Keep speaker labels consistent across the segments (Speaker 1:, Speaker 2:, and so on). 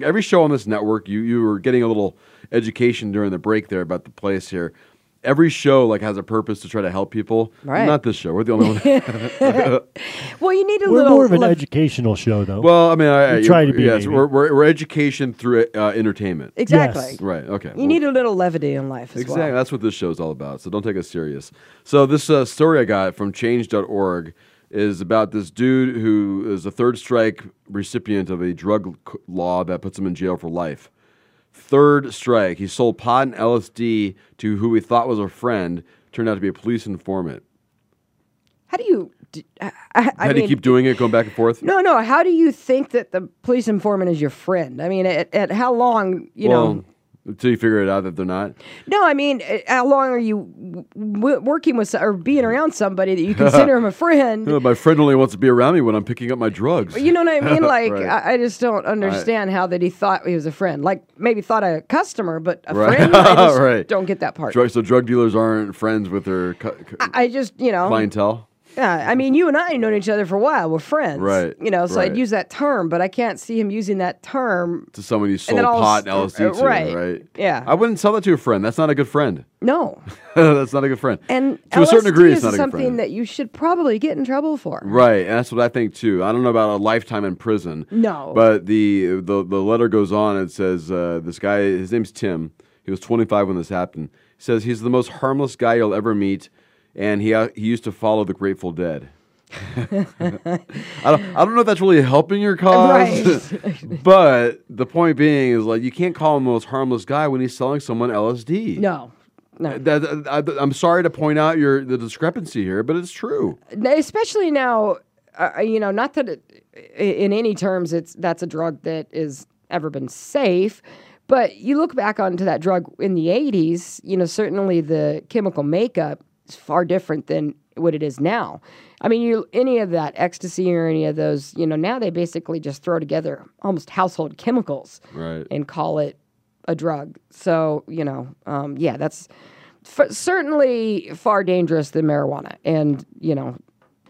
Speaker 1: Every show on this network, you you were getting a little education during the break there about the place here. Every show like has a purpose to try to help people.
Speaker 2: Right.
Speaker 1: Not this show. We're the only one.
Speaker 2: Well, you need a
Speaker 3: We're
Speaker 2: little.
Speaker 3: more of an
Speaker 2: lef-
Speaker 3: educational show, though.
Speaker 1: well, I mean, I,
Speaker 3: We try to be,
Speaker 1: Yes,
Speaker 3: maybe.
Speaker 1: we're, we're, we're education through uh, entertainment.
Speaker 2: exactly.
Speaker 3: Yes.
Speaker 1: Right. Okay.
Speaker 2: You need a little levity in life as
Speaker 1: Exactly.
Speaker 2: well.
Speaker 1: That's what this show's all about. So don't take us serious. So this uh, story I got from change.org is about this dude who is a third strike recipient of a drug c- law that puts him in jail for life. Third strike. He sold pot and LSD to who he thought was a friend, turned out to be a police informant.
Speaker 2: How do you? d- I, I, I
Speaker 1: How do you
Speaker 2: mean-
Speaker 1: keep doing it, going back and forth?
Speaker 2: No, no. How do you think that the police informant is your friend? I mean, at, at how long? You
Speaker 1: well,
Speaker 2: know.
Speaker 1: until you figure it out that they're not.
Speaker 2: No, I mean, uh, how long are you w- w- working with so- or being around somebody that you consider him a friend?
Speaker 1: No, my friend only wants to be around me when I'm picking up my drugs.
Speaker 2: You know what I mean? Like,
Speaker 1: Right.
Speaker 2: I, I just don't understand how that he thought he was a friend. Like, maybe thought a customer, but a
Speaker 1: Right.
Speaker 2: friend. I just
Speaker 1: Right.
Speaker 2: don't get that part.
Speaker 1: Drug, so drug dealers aren't friends with their cu- cu-
Speaker 2: I just, you know,
Speaker 1: clientele.
Speaker 2: yeah. I mean, you and I have known each other for a while. We're friends,
Speaker 1: Right.
Speaker 2: You know, so
Speaker 1: Right.
Speaker 2: I'd use that term, but I can't see him using that term.
Speaker 1: to someone you sold
Speaker 2: then I'll
Speaker 1: pot
Speaker 2: s-
Speaker 1: and LSD to, right.
Speaker 2: uh, right, yeah.
Speaker 1: I wouldn't sell that to a friend. That's not a good friend.
Speaker 2: No,
Speaker 1: that's not a good friend.
Speaker 2: and
Speaker 1: to a certain
Speaker 2: LSD
Speaker 1: degree,
Speaker 2: is
Speaker 1: it's not a good
Speaker 2: something
Speaker 1: friend.
Speaker 2: that you should probably get in trouble for.
Speaker 1: Right, and that's what I think too. I don't know about a lifetime in prison.
Speaker 2: No.
Speaker 1: but the the, the letter goes on. It says uh, this guy, his name's Tim. He was 25 when this happened. He says he's the most harmless guy you'll ever meet, and he uh, he used to follow the Grateful Dead. I don't, I don't know if that's really helping your cause, but the point being is like you can't call him the most harmless guy when he's selling someone LSD.
Speaker 2: No, no.
Speaker 1: That, I, am sorry to point out your the discrepancy here, but it's true.
Speaker 2: Now, especially now uh, you know not that it, i- in any terms it's that's a drug that is ever been safe but you look back onto that drug in the 80s you know certainly the chemical makeup is far different than what it is now i mean you any of that ecstasy or any of those you know now they basically just throw together almost household chemicals
Speaker 1: Right.
Speaker 2: and call it a drug. So you know, um, yeah, that's f- certainly far dangerous than marijuana, and you know,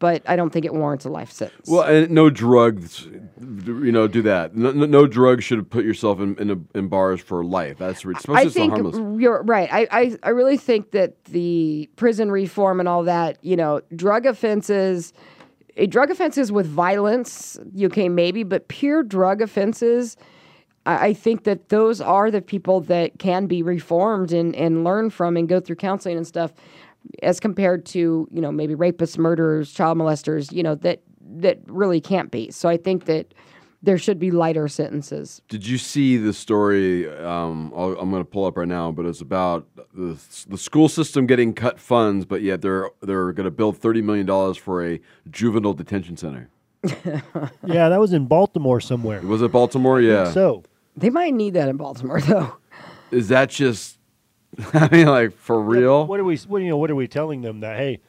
Speaker 2: but I don't think it warrants a life sentence.
Speaker 1: Well, and no drugs, you know, do that. No, no, no drug should put yourself in in, a, in bars for life. That's ri- especially
Speaker 2: I
Speaker 1: so
Speaker 2: think
Speaker 1: harmless.
Speaker 2: you're right. I, I, I really think that the prison reform and all that, you know, drug offenses, eh, drug offenses with violence, okay, maybe, but pure drug offenses, I, I think that those are the people that can be reformed and, and learn from and go through counseling and stuff as compared to, you know, maybe rapists, murderers, child molesters, you know, that, that really can't be. So I think that there should be lighter sentences.
Speaker 1: Did you see the story? Um, I'll, I'm going to pull up right now, but it's about the, the school system getting cut funds, but yet they're they're going to build thirty million dollars for a juvenile detention center.
Speaker 3: yeah, that was in Baltimore somewhere.
Speaker 1: Was it Baltimore? Yeah.
Speaker 3: So
Speaker 2: They might need that in Baltimore, though.
Speaker 1: Is that just? I mean, like for real?
Speaker 3: what are we? What, you know, what are we telling them that hey,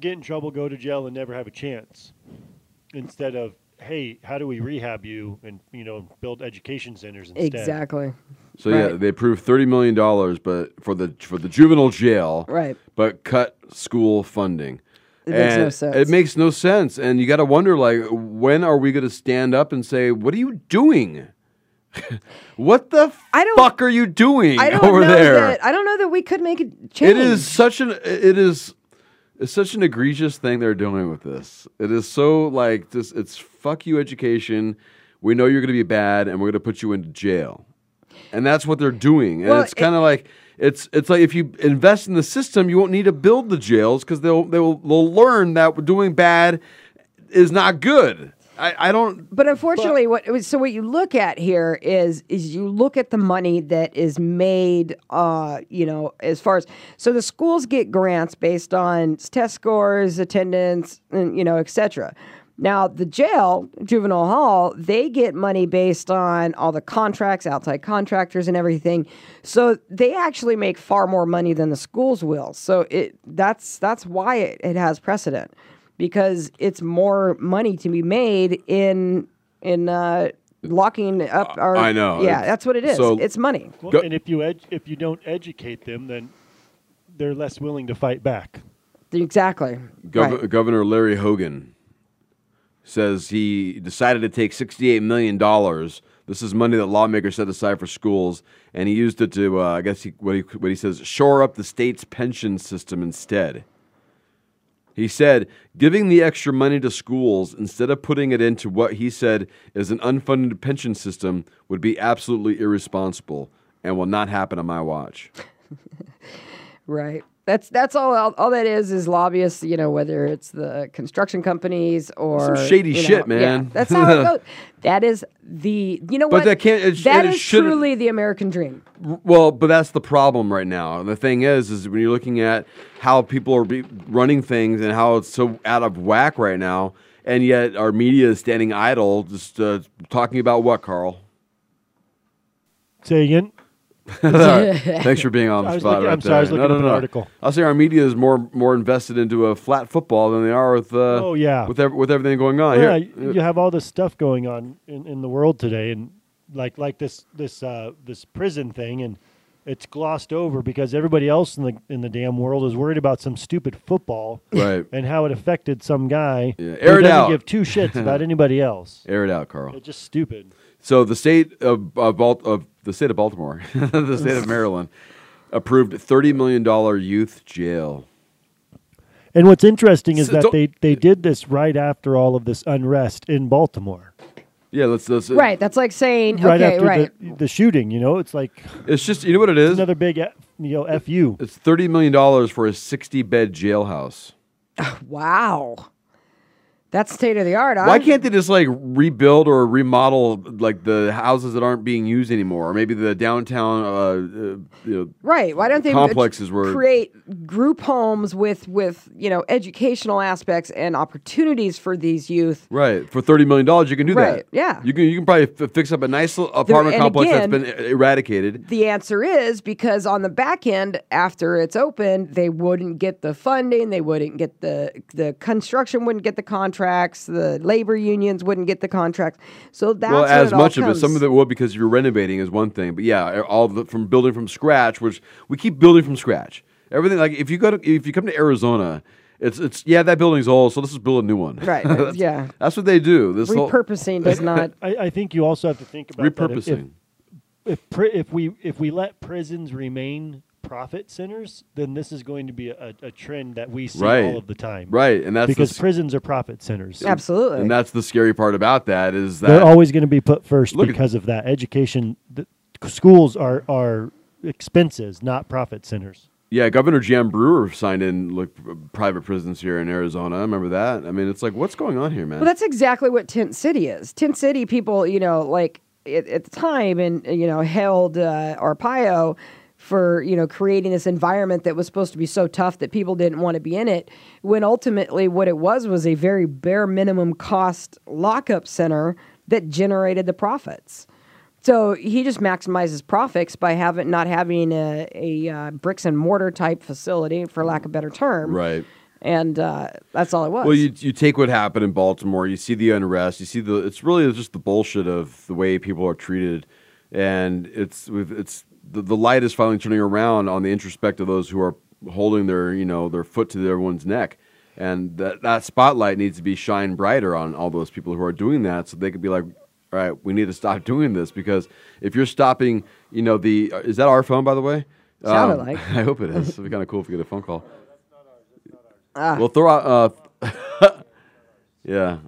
Speaker 3: get in trouble, go to jail, and never have a chance? Instead of hey, how do we rehab you and you know build education centers instead?
Speaker 2: Exactly.
Speaker 1: So yeah,
Speaker 2: Right.
Speaker 1: they approved thirty million dollars, but for the for the juvenile jail,
Speaker 2: Right.
Speaker 1: But cut school funding.
Speaker 2: It makes no
Speaker 1: And
Speaker 2: sense.
Speaker 1: It makes no sense, and you got to wonder like, when are we going to stand up and say, "What are you doing? what the
Speaker 2: I don't-
Speaker 1: fuck are you doing
Speaker 2: I don't
Speaker 1: over
Speaker 2: know
Speaker 1: there?"
Speaker 2: that. I don't know that we could make a change.
Speaker 1: it is such an it is it's such an egregious thing they're doing with this. It is so like just it's fuck you education. We know you're going to be bad, and we're going to put you into jail. And that's what they're doing. And
Speaker 2: Well,
Speaker 1: it's kind of like it's it's like if you invest in the system, you won't need to build the jails because they'll they'll they'll learn that doing bad is not good. I, I don't.
Speaker 2: But unfortunately, what it was- so what you look at here is is you look at the money that is made. Uh, you know, as far as so the schools get grants based on test scores, attendance, and you know, etc. Now the jail, juvenile hall, they get money based on all the contracts, outside contractors, and everything. So they actually make far more money than the schools will. So it that's that's why it, it has precedent because it's more money to be made in in uh, locking up our.
Speaker 1: Uh, I know.
Speaker 2: Yeah,
Speaker 1: It's-
Speaker 2: that's what it is.
Speaker 1: so-
Speaker 2: it's money.
Speaker 3: Well,
Speaker 1: Go-
Speaker 3: and if you ed- if you don't educate them, then they're less willing to fight back.
Speaker 2: Exactly.
Speaker 1: Gov-
Speaker 2: Right.
Speaker 1: Governor Larry Hogan says he decided to take $68 million. This is money that lawmakers set aside for schools, and he used it to, uh, I guess, he, what, he, what he says, shore up the state's pension system instead. He said, giving the extra money to schools instead of putting it into what he said is an unfunded pension system would be absolutely irresponsible and will not happen on my watch.
Speaker 2: Right. That's that's all, all. All that is is lobbyists. You know, whether it's the construction companies or
Speaker 1: Some shady
Speaker 2: you know,
Speaker 1: shit,
Speaker 2: yeah,
Speaker 1: man.
Speaker 2: that's how it goes. That is the. You know
Speaker 1: But
Speaker 2: what?
Speaker 1: that can't- it sh-
Speaker 2: that
Speaker 1: it
Speaker 2: is
Speaker 1: shouldn't-
Speaker 2: truly the American dream.
Speaker 1: Well, but that's the problem right now. And the thing is, is when you're looking at how people are be running things and how it's so out of whack right now, and yet our media is standing idle, just uh, talking about what, Carl?
Speaker 3: Say again.
Speaker 1: Thanks for being on the
Speaker 3: I was
Speaker 1: spot.
Speaker 3: looking-
Speaker 1: right
Speaker 3: I'm sorry, I was
Speaker 1: there.
Speaker 3: looking
Speaker 1: no,
Speaker 3: up
Speaker 1: no,
Speaker 3: an
Speaker 1: no.
Speaker 3: article.
Speaker 1: I'll say our media is more more invested into a flat football than they are with uh,
Speaker 3: Oh, yeah.
Speaker 1: with ev- with everything going on
Speaker 3: yeah,
Speaker 1: here.
Speaker 3: you have all this stuff going on in, in the world today, and like like this this uh, this prison thing, and it's glossed over because everybody else in the in the damn world is worried about some stupid football
Speaker 1: Right,
Speaker 3: and how it affected some guy
Speaker 1: Yeah,
Speaker 3: who
Speaker 1: air it
Speaker 3: doesn't
Speaker 1: out.
Speaker 3: give two shits about anybody else.
Speaker 1: air it out, Carl.
Speaker 3: It's just stupid.
Speaker 1: So the state of of, Bal- of the state of Baltimore, the state of Maryland, approved thirty million dollar youth jail.
Speaker 3: And what's interesting is
Speaker 1: So
Speaker 3: that
Speaker 1: don't-
Speaker 3: they they did this right after all of this unrest in Baltimore,
Speaker 1: Yeah, let's let's uh,
Speaker 2: Right. That's like saying
Speaker 3: right
Speaker 2: okay,
Speaker 3: after
Speaker 2: right.
Speaker 3: the, the shooting. You know, it's like
Speaker 1: It's just you know what it is.
Speaker 3: another big F, you know fu.
Speaker 1: It's thirty million dollars for a sixty bed jailhouse.
Speaker 2: wow. That's state of the art.
Speaker 1: Why can't they just like rebuild or remodel like the houses that aren't being used anymore, or maybe the downtown? Uh, uh, you know,
Speaker 2: Right. Why don't they
Speaker 1: Complexes were-
Speaker 2: create group homes with with you know educational aspects and opportunities for these youth?
Speaker 1: right for thirty million dollars, you can do
Speaker 2: Right,
Speaker 1: that.
Speaker 2: yeah.
Speaker 1: you can you can probably f- fix up a nice little apartment
Speaker 2: and
Speaker 1: complex
Speaker 2: again-
Speaker 1: that's been e, eradicated.
Speaker 2: The answer is because on the back end, after it's open, they wouldn't get the funding, they wouldn't get the the construction, wouldn't get the contracts, the labor unions wouldn't get the contracts. So that's
Speaker 1: well,
Speaker 2: when
Speaker 1: as
Speaker 2: it all
Speaker 1: much of it,
Speaker 2: comes.
Speaker 1: some of it will because you're renovating is one thing, but yeah, all the from building from scratch, which we keep building from scratch. Everything like if you go to if you come to Arizona, it's it's yeah that building's old, so let's just build a new one.
Speaker 2: Right,
Speaker 1: That's-
Speaker 2: yeah.
Speaker 1: That's what they do. This whole-
Speaker 2: repurposing does not.
Speaker 3: I, I think you also have to think about that. If- if-
Speaker 1: repurposing.
Speaker 3: if pri- if we if we let prisons remain profit centers, then this is going to be a, a trend that we see
Speaker 1: Right.
Speaker 3: all of the time.
Speaker 1: Right, and that's the
Speaker 3: Because
Speaker 1: sc-
Speaker 3: prisons are profit centers.
Speaker 2: Absolutely.
Speaker 1: and that's the scary part about that is that
Speaker 3: They're always going to be put first
Speaker 1: Look at-
Speaker 3: because of that. Education, the, schools are are expenses, not profit centers.
Speaker 1: yeah, Governor Jan Brewer signed in like p- private prisons here in Arizona. I remember that. I mean, it's like what's going on here, man?
Speaker 2: Well, that's exactly what Tent City is. Tent City people, you know, like at, at the time, and you know, held uh, Arpaio for you know creating this environment that was supposed to be so tough that people didn't want to be in it. When ultimately, what it was was a very bare minimum cost lockup center that generated the profits. So he just maximizes profits by having not having a, a uh, bricks and mortar type facility, for lack of a better term,
Speaker 1: right.
Speaker 2: And uh, that's all it was.
Speaker 1: Well, you you take what happened in Baltimore. You see the unrest. You see the. It's really just the bullshit of the way people are treated, and it's we've, it's the, the light is finally turning around on the introspect of those who are holding their you know their foot to everyone's neck, and that that spotlight needs to be shined brighter on all those people who are doing that, so they could be like. All right, we need to stop doing this because if you're stopping, you know the is that our phone by the way?
Speaker 2: Sounded like.
Speaker 1: Um, I hope it is. It'd be kind of cool if we get a phone call.
Speaker 2: Ah.
Speaker 1: Well, throw out. Uh, yeah,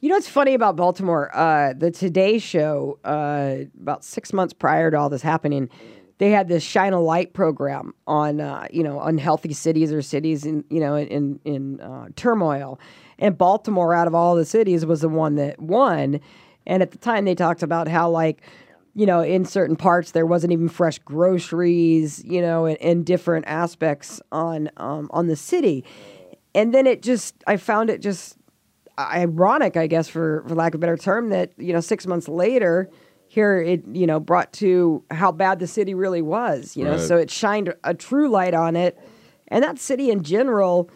Speaker 2: You know what's funny about Baltimore? Uh, the Today Show, uh, about six months prior to all this happening, they had this shine a light program on uh, you know unhealthy cities or cities in you know in in uh, turmoil, and Baltimore, out of all the cities, was the one that won. And at the time, they talked about how like you know, in certain parts there wasn't even fresh groceries, you know, and, and different aspects on um, on the city. And then it just, I found it just ironic, I guess, for, for lack of a better term, that you know, six months later, here it you know brought to how bad the city really was, you know.
Speaker 1: Right.
Speaker 2: So it shined a true light on it, and that city in general.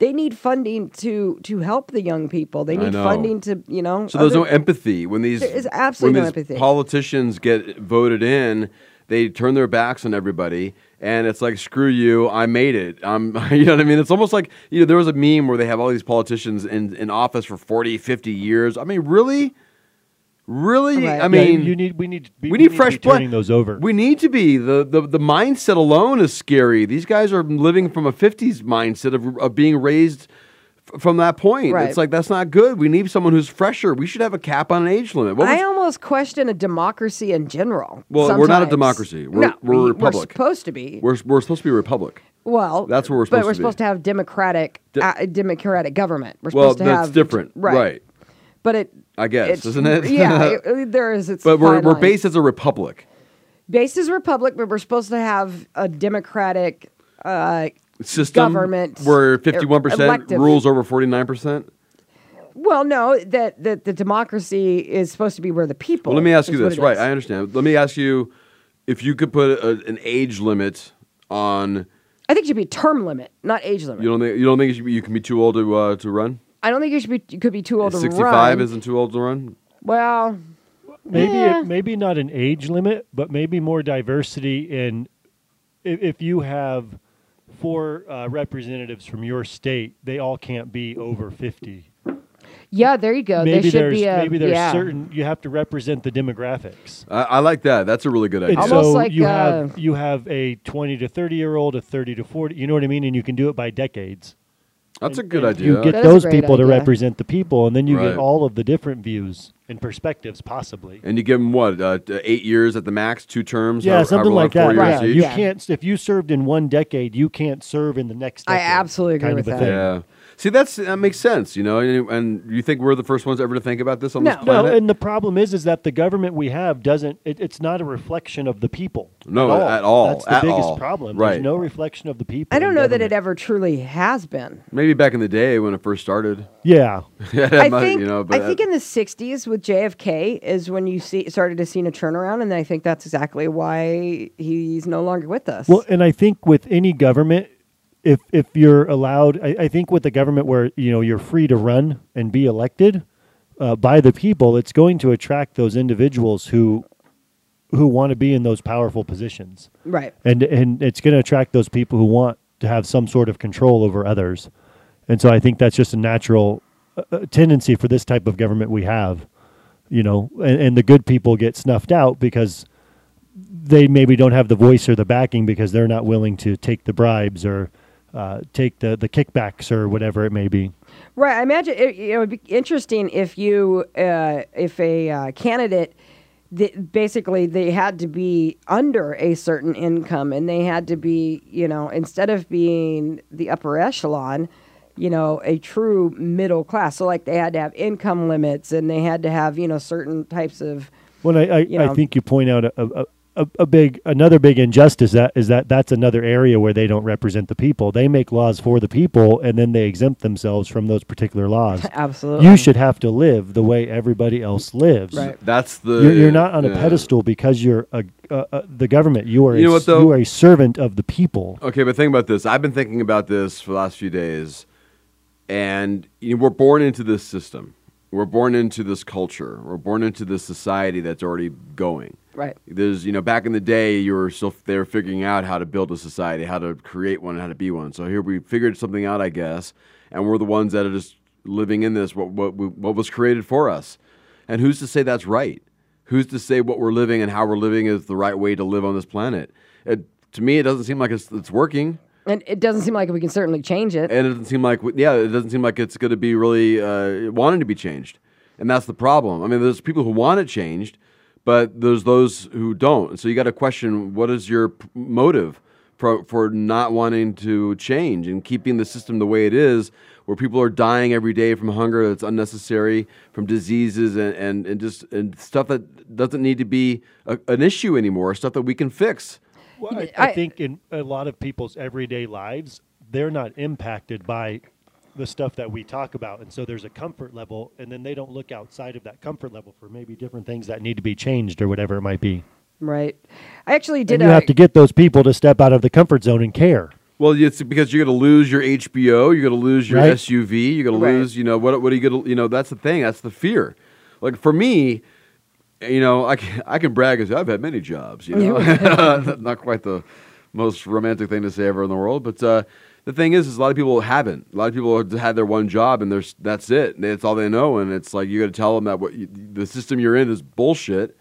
Speaker 2: They need funding to to help the young people. They
Speaker 1: I
Speaker 2: need
Speaker 1: know.
Speaker 2: funding to you know.
Speaker 1: So there's
Speaker 2: other-
Speaker 1: no empathy when these
Speaker 2: There is absolutely
Speaker 1: when
Speaker 2: no
Speaker 1: these
Speaker 2: empathy.
Speaker 1: Politicians get voted in, they turn their backs on everybody, and it's like screw you i made it i'm you know what i mean it's almost like you know there was a meme where they have all these politicians in, in office for 40 50 years i mean really really
Speaker 2: Right.
Speaker 1: i
Speaker 2: Yeah,
Speaker 3: Yeah,
Speaker 1: mean
Speaker 3: you need we need to be,
Speaker 1: we need
Speaker 3: to
Speaker 1: fresh
Speaker 3: be
Speaker 1: blood.
Speaker 3: turning those over.
Speaker 1: we need to be the, the the mindset alone is scary these guys are living from a 50s mindset of, of being raised f- from that point
Speaker 2: Right.
Speaker 1: it's like that's not good we need someone who's fresher we should have a cap on an age limit what was-
Speaker 2: I almost question a democracy in general.
Speaker 1: Well, we're not a
Speaker 2: sometimes.
Speaker 1: democracy. We're-
Speaker 2: no,
Speaker 1: we're a
Speaker 2: we-
Speaker 1: republic.
Speaker 2: We're supposed to be.
Speaker 1: we're, we're supposed to be a republic
Speaker 2: well,
Speaker 1: That's where we're
Speaker 2: But
Speaker 1: supposed
Speaker 2: we're
Speaker 1: to be.
Speaker 2: supposed to have democratic,
Speaker 1: De-
Speaker 2: uh, democratic government. We're
Speaker 1: well
Speaker 2: supposed to
Speaker 1: that's
Speaker 2: have
Speaker 1: different
Speaker 2: right?
Speaker 1: right
Speaker 2: But it,
Speaker 1: i guess
Speaker 2: it's,
Speaker 1: isn't it
Speaker 2: yeah, it- it- there is. It's
Speaker 1: but we're,
Speaker 2: fine
Speaker 1: we're
Speaker 2: line.
Speaker 1: based as a republic
Speaker 2: Based is republic, but we're supposed to have a democratic. Uh,
Speaker 1: system
Speaker 2: Government,
Speaker 1: where 51%
Speaker 2: elective.
Speaker 1: rules over 49%?
Speaker 2: well, no, that, that the democracy is supposed to be where the people.
Speaker 1: Well, let me ask you
Speaker 2: is what
Speaker 1: this.
Speaker 2: it
Speaker 1: Right,
Speaker 2: is.
Speaker 1: I understand. Let me ask you if you could put a, an age limit on
Speaker 2: I think it should be term limit, not age limit.
Speaker 1: you don't think you don't think you, should be, you can be too old to uh, to run?
Speaker 2: I don't think you should be. You could be too old to
Speaker 1: 65
Speaker 2: run.
Speaker 1: isn't too old to run?
Speaker 2: well,
Speaker 3: maybe
Speaker 2: Yeah.
Speaker 3: it, maybe not an age limit, but maybe more diversity in if, if you have four uh, representatives from your state, they all can't be over fifty.
Speaker 2: yeah, there you go. there
Speaker 3: maybe
Speaker 2: Oh, should
Speaker 3: there's
Speaker 2: be a
Speaker 3: maybe there's
Speaker 2: yeah.
Speaker 3: certain you have to represent the demographics.
Speaker 1: I, I like that. That's a really good idea.
Speaker 3: And
Speaker 2: Almost
Speaker 3: so
Speaker 2: like,
Speaker 3: you
Speaker 2: uh,
Speaker 3: have you have a twenty to thirty year old, a thirty to forty. You know what I mean? And you can do it by decades.
Speaker 1: That's a good
Speaker 3: And You
Speaker 1: idea.
Speaker 3: get
Speaker 2: That is a
Speaker 3: those
Speaker 2: great
Speaker 3: people to
Speaker 2: idea.
Speaker 3: represent the people, and then you
Speaker 1: Right.
Speaker 3: get all of the different views and perspectives, possibly.
Speaker 1: and you give them what? Uh, t- 8 years at the max, two terms,
Speaker 3: yeah,
Speaker 1: however-
Speaker 3: something
Speaker 1: however long,
Speaker 3: like
Speaker 1: Four
Speaker 3: that.
Speaker 2: Right.
Speaker 1: years
Speaker 3: You
Speaker 1: each.
Speaker 2: Yeah.
Speaker 3: can't if you served in one decade, you can't serve in the next.
Speaker 2: I
Speaker 3: Decade,
Speaker 2: absolutely agree
Speaker 3: kind
Speaker 2: with
Speaker 3: of a
Speaker 2: that.
Speaker 3: Thing.
Speaker 1: Yeah. See, that's that makes sense, you know. And, and you think we're the first ones ever to think about this on this
Speaker 2: No.
Speaker 1: planet?
Speaker 3: No, and the problem is, is that the government we have doesn't. It, it's not a reflection of the people.
Speaker 1: No,
Speaker 3: at all.
Speaker 1: at all,
Speaker 3: That's the
Speaker 1: at
Speaker 3: biggest
Speaker 1: all.
Speaker 3: problem.
Speaker 1: Right.
Speaker 3: There's no reflection of the people.
Speaker 2: I don't
Speaker 3: in
Speaker 2: know that it
Speaker 3: government.
Speaker 2: ever truly has been.
Speaker 1: Maybe back in the day when it first started.
Speaker 3: Yeah,
Speaker 2: I
Speaker 1: might-
Speaker 2: think
Speaker 1: you know,
Speaker 2: I
Speaker 1: but
Speaker 2: think in the '60s with JFK is when you see started to see a turnaround, and I think that's exactly why he's no longer with us.
Speaker 3: Well, and I think with any government, if if you're allowed, I, I think with the government where you know you're free to run and be elected uh, by the people, it's going to attract those individuals who who want to be in those powerful positions,
Speaker 2: right.
Speaker 3: and and it's going to attract those people who want to have some sort of control over others, and so I think that's just a natural uh, uh, tendency for this type of government we have, you know, and, and the good people get snuffed out because they maybe don't have the voice or the backing because they're not willing to take the bribes or uh, take the, the kickbacks or whatever it may be.
Speaker 2: Right. I imagine it, you know, it would be interesting if you, uh, if a uh, candidate, th- basically they had to be under a certain income and they had to be, you know, instead of being the upper echelon, you know, a true middle class. So like they had to have income limits and they had to have, you know, certain types of.
Speaker 3: Well, I, I,
Speaker 2: You know.
Speaker 3: I think you point out a, a, a, a big another big injustice that is that that's another area where they don't represent the people. They make laws for the people and then they exempt themselves from those particular laws.
Speaker 2: Absolutely.
Speaker 3: you should have to live the way everybody else lives.
Speaker 2: Right.
Speaker 1: that's the
Speaker 3: You're, you're not on a
Speaker 1: yeah.
Speaker 3: pedestal because you're a, uh, uh, the government. You are
Speaker 1: You know
Speaker 3: a,
Speaker 1: what,
Speaker 3: s-
Speaker 1: though?
Speaker 3: you are a servant of the people.
Speaker 1: Okay, but think about this. I've been thinking about this for the last few days, and you know, we're born into this system. We're born into this culture. We're born into this society that's already going.
Speaker 2: Right.
Speaker 1: There's, you know, back in the day, you were still they were figuring out how to build a society, how to create one, how to be one. So here we figured something out, I guess, and we're the ones that are just living in this what what we, what was created for us. And who's to say that's right? Who's to say what we're living and how we're living is the right way to live on this planet? It, to me, it doesn't seem like it's, it's working,
Speaker 2: And it doesn't seem like we can certainly change it.
Speaker 1: and it doesn't seem like yeah, it doesn't seem like it's going to be really uh, wanting to be changed, and that's the problem. I mean, there's people who want it changed, but there's those who don't. So you got to question what is your p- motive for for not wanting to change and keeping the system the way it is, where people are dying every day from hunger that's unnecessary, from diseases and and, and just and stuff that doesn't need to be a, an issue anymore, stuff that we can fix.
Speaker 3: Well, I,
Speaker 2: I-
Speaker 3: I think in a lot of people's everyday lives, they're not impacted by the stuff that we talk about. And so there's a comfort level, and then they don't look outside of that comfort level for maybe different things that need to be changed or whatever it might be.
Speaker 2: right. I actually did
Speaker 3: and you
Speaker 2: a-
Speaker 3: have to get those people to step out of the comfort zone and care.
Speaker 1: Well, it's because you're going to lose your HBO, you're going to lose your
Speaker 3: Right.
Speaker 1: SUV, you're going
Speaker 2: Right.
Speaker 1: to lose, you know, what what are you going to, you know, that's the thing, that's the fear. Like for me, you know, I can, I can brag as I've had many jobs, you know, not quite the most romantic thing to say ever in the world. But uh, the thing is, is a lot of people haven't. A lot of people have had their one job, and there's that's it. That's all they know, and it's like you got to tell them that what you, the system you're in is bullshit.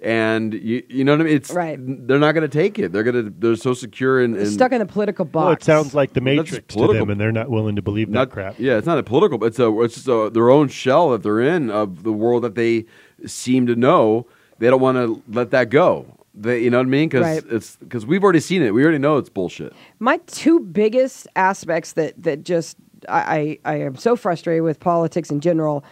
Speaker 1: And you, you know what I mean? It's
Speaker 2: Right.
Speaker 1: They're not going to take it. They're gonna. They're so secure and, and
Speaker 2: stuck in the political box.
Speaker 3: Well, it sounds like the
Speaker 1: Well, that's
Speaker 3: Matrix to
Speaker 1: political.
Speaker 3: them, and they're not willing to believe that
Speaker 1: not
Speaker 3: crap.
Speaker 1: Yeah, it's not a political, but it's a it's just a, their own shell that they're in of the world that they seem to know. They don't want to let that go. They, you know what I mean? Because
Speaker 2: Right.
Speaker 1: it's because we've already seen it. We already know it's bullshit.
Speaker 2: my two biggest aspects that that just I, I I am so frustrated with politics in general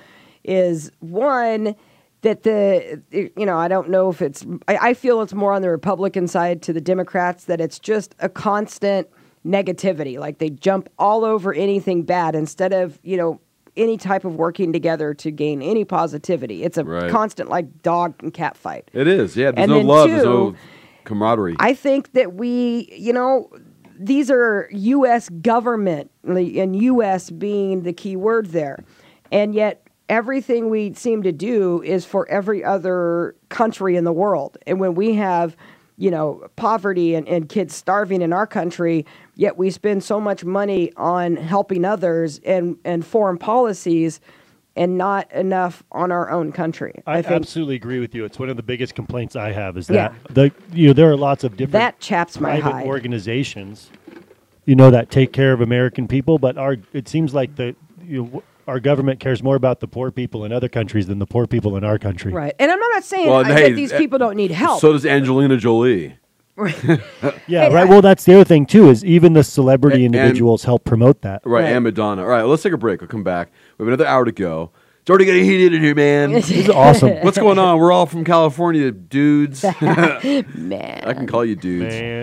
Speaker 2: is one that the you know I don't know if it's I, I feel it's more on the Republican side to the Democrats that it's just a constant negativity like they jump all over anything bad instead of you know any type of working together to gain any positivity it's a
Speaker 1: Right.
Speaker 2: constant like dog and cat fight
Speaker 1: It is. Yeah. There's
Speaker 2: And
Speaker 1: no
Speaker 2: then
Speaker 1: love. there's
Speaker 2: two,
Speaker 1: no camaraderie.
Speaker 2: I think that we, you know, these are U.S. government and U.S. being the key word there. And yet, everything we seem to do is for every other country in the world. And when we have, you know, poverty and, and kids starving in our country, yet we spend so much money on helping others and, and foreign policies and not enough on our own country.
Speaker 3: I, absolutely agree with you. It's one of the biggest complaints I have is
Speaker 2: Yeah.
Speaker 3: that the you know there are lots of different
Speaker 2: that chaps my
Speaker 3: private
Speaker 2: hide.
Speaker 3: organizations, you know, that take care of American people, but our it seems like the you know, our government cares more about the poor people in other countries than the poor people in our country.
Speaker 2: Right. And I'm not saying
Speaker 1: Well,
Speaker 2: I-
Speaker 1: hey,
Speaker 2: that these
Speaker 1: eh,
Speaker 2: people don't need help.
Speaker 1: So does Angelina Jolie.
Speaker 3: Yeah,
Speaker 2: And
Speaker 3: right.
Speaker 2: I-
Speaker 3: Well, that's the other thing too is even the celebrity
Speaker 1: A- and-
Speaker 3: individuals help promote that.
Speaker 1: Right,
Speaker 2: Right.
Speaker 1: and Madonna. All right, let's take a break. We'll come back. We have another hour to go. It's already getting heated in here, man.
Speaker 3: This is awesome.
Speaker 1: What's going on? We're all from California, dudes. I
Speaker 2: Man.
Speaker 1: can call you dudes.
Speaker 3: Man.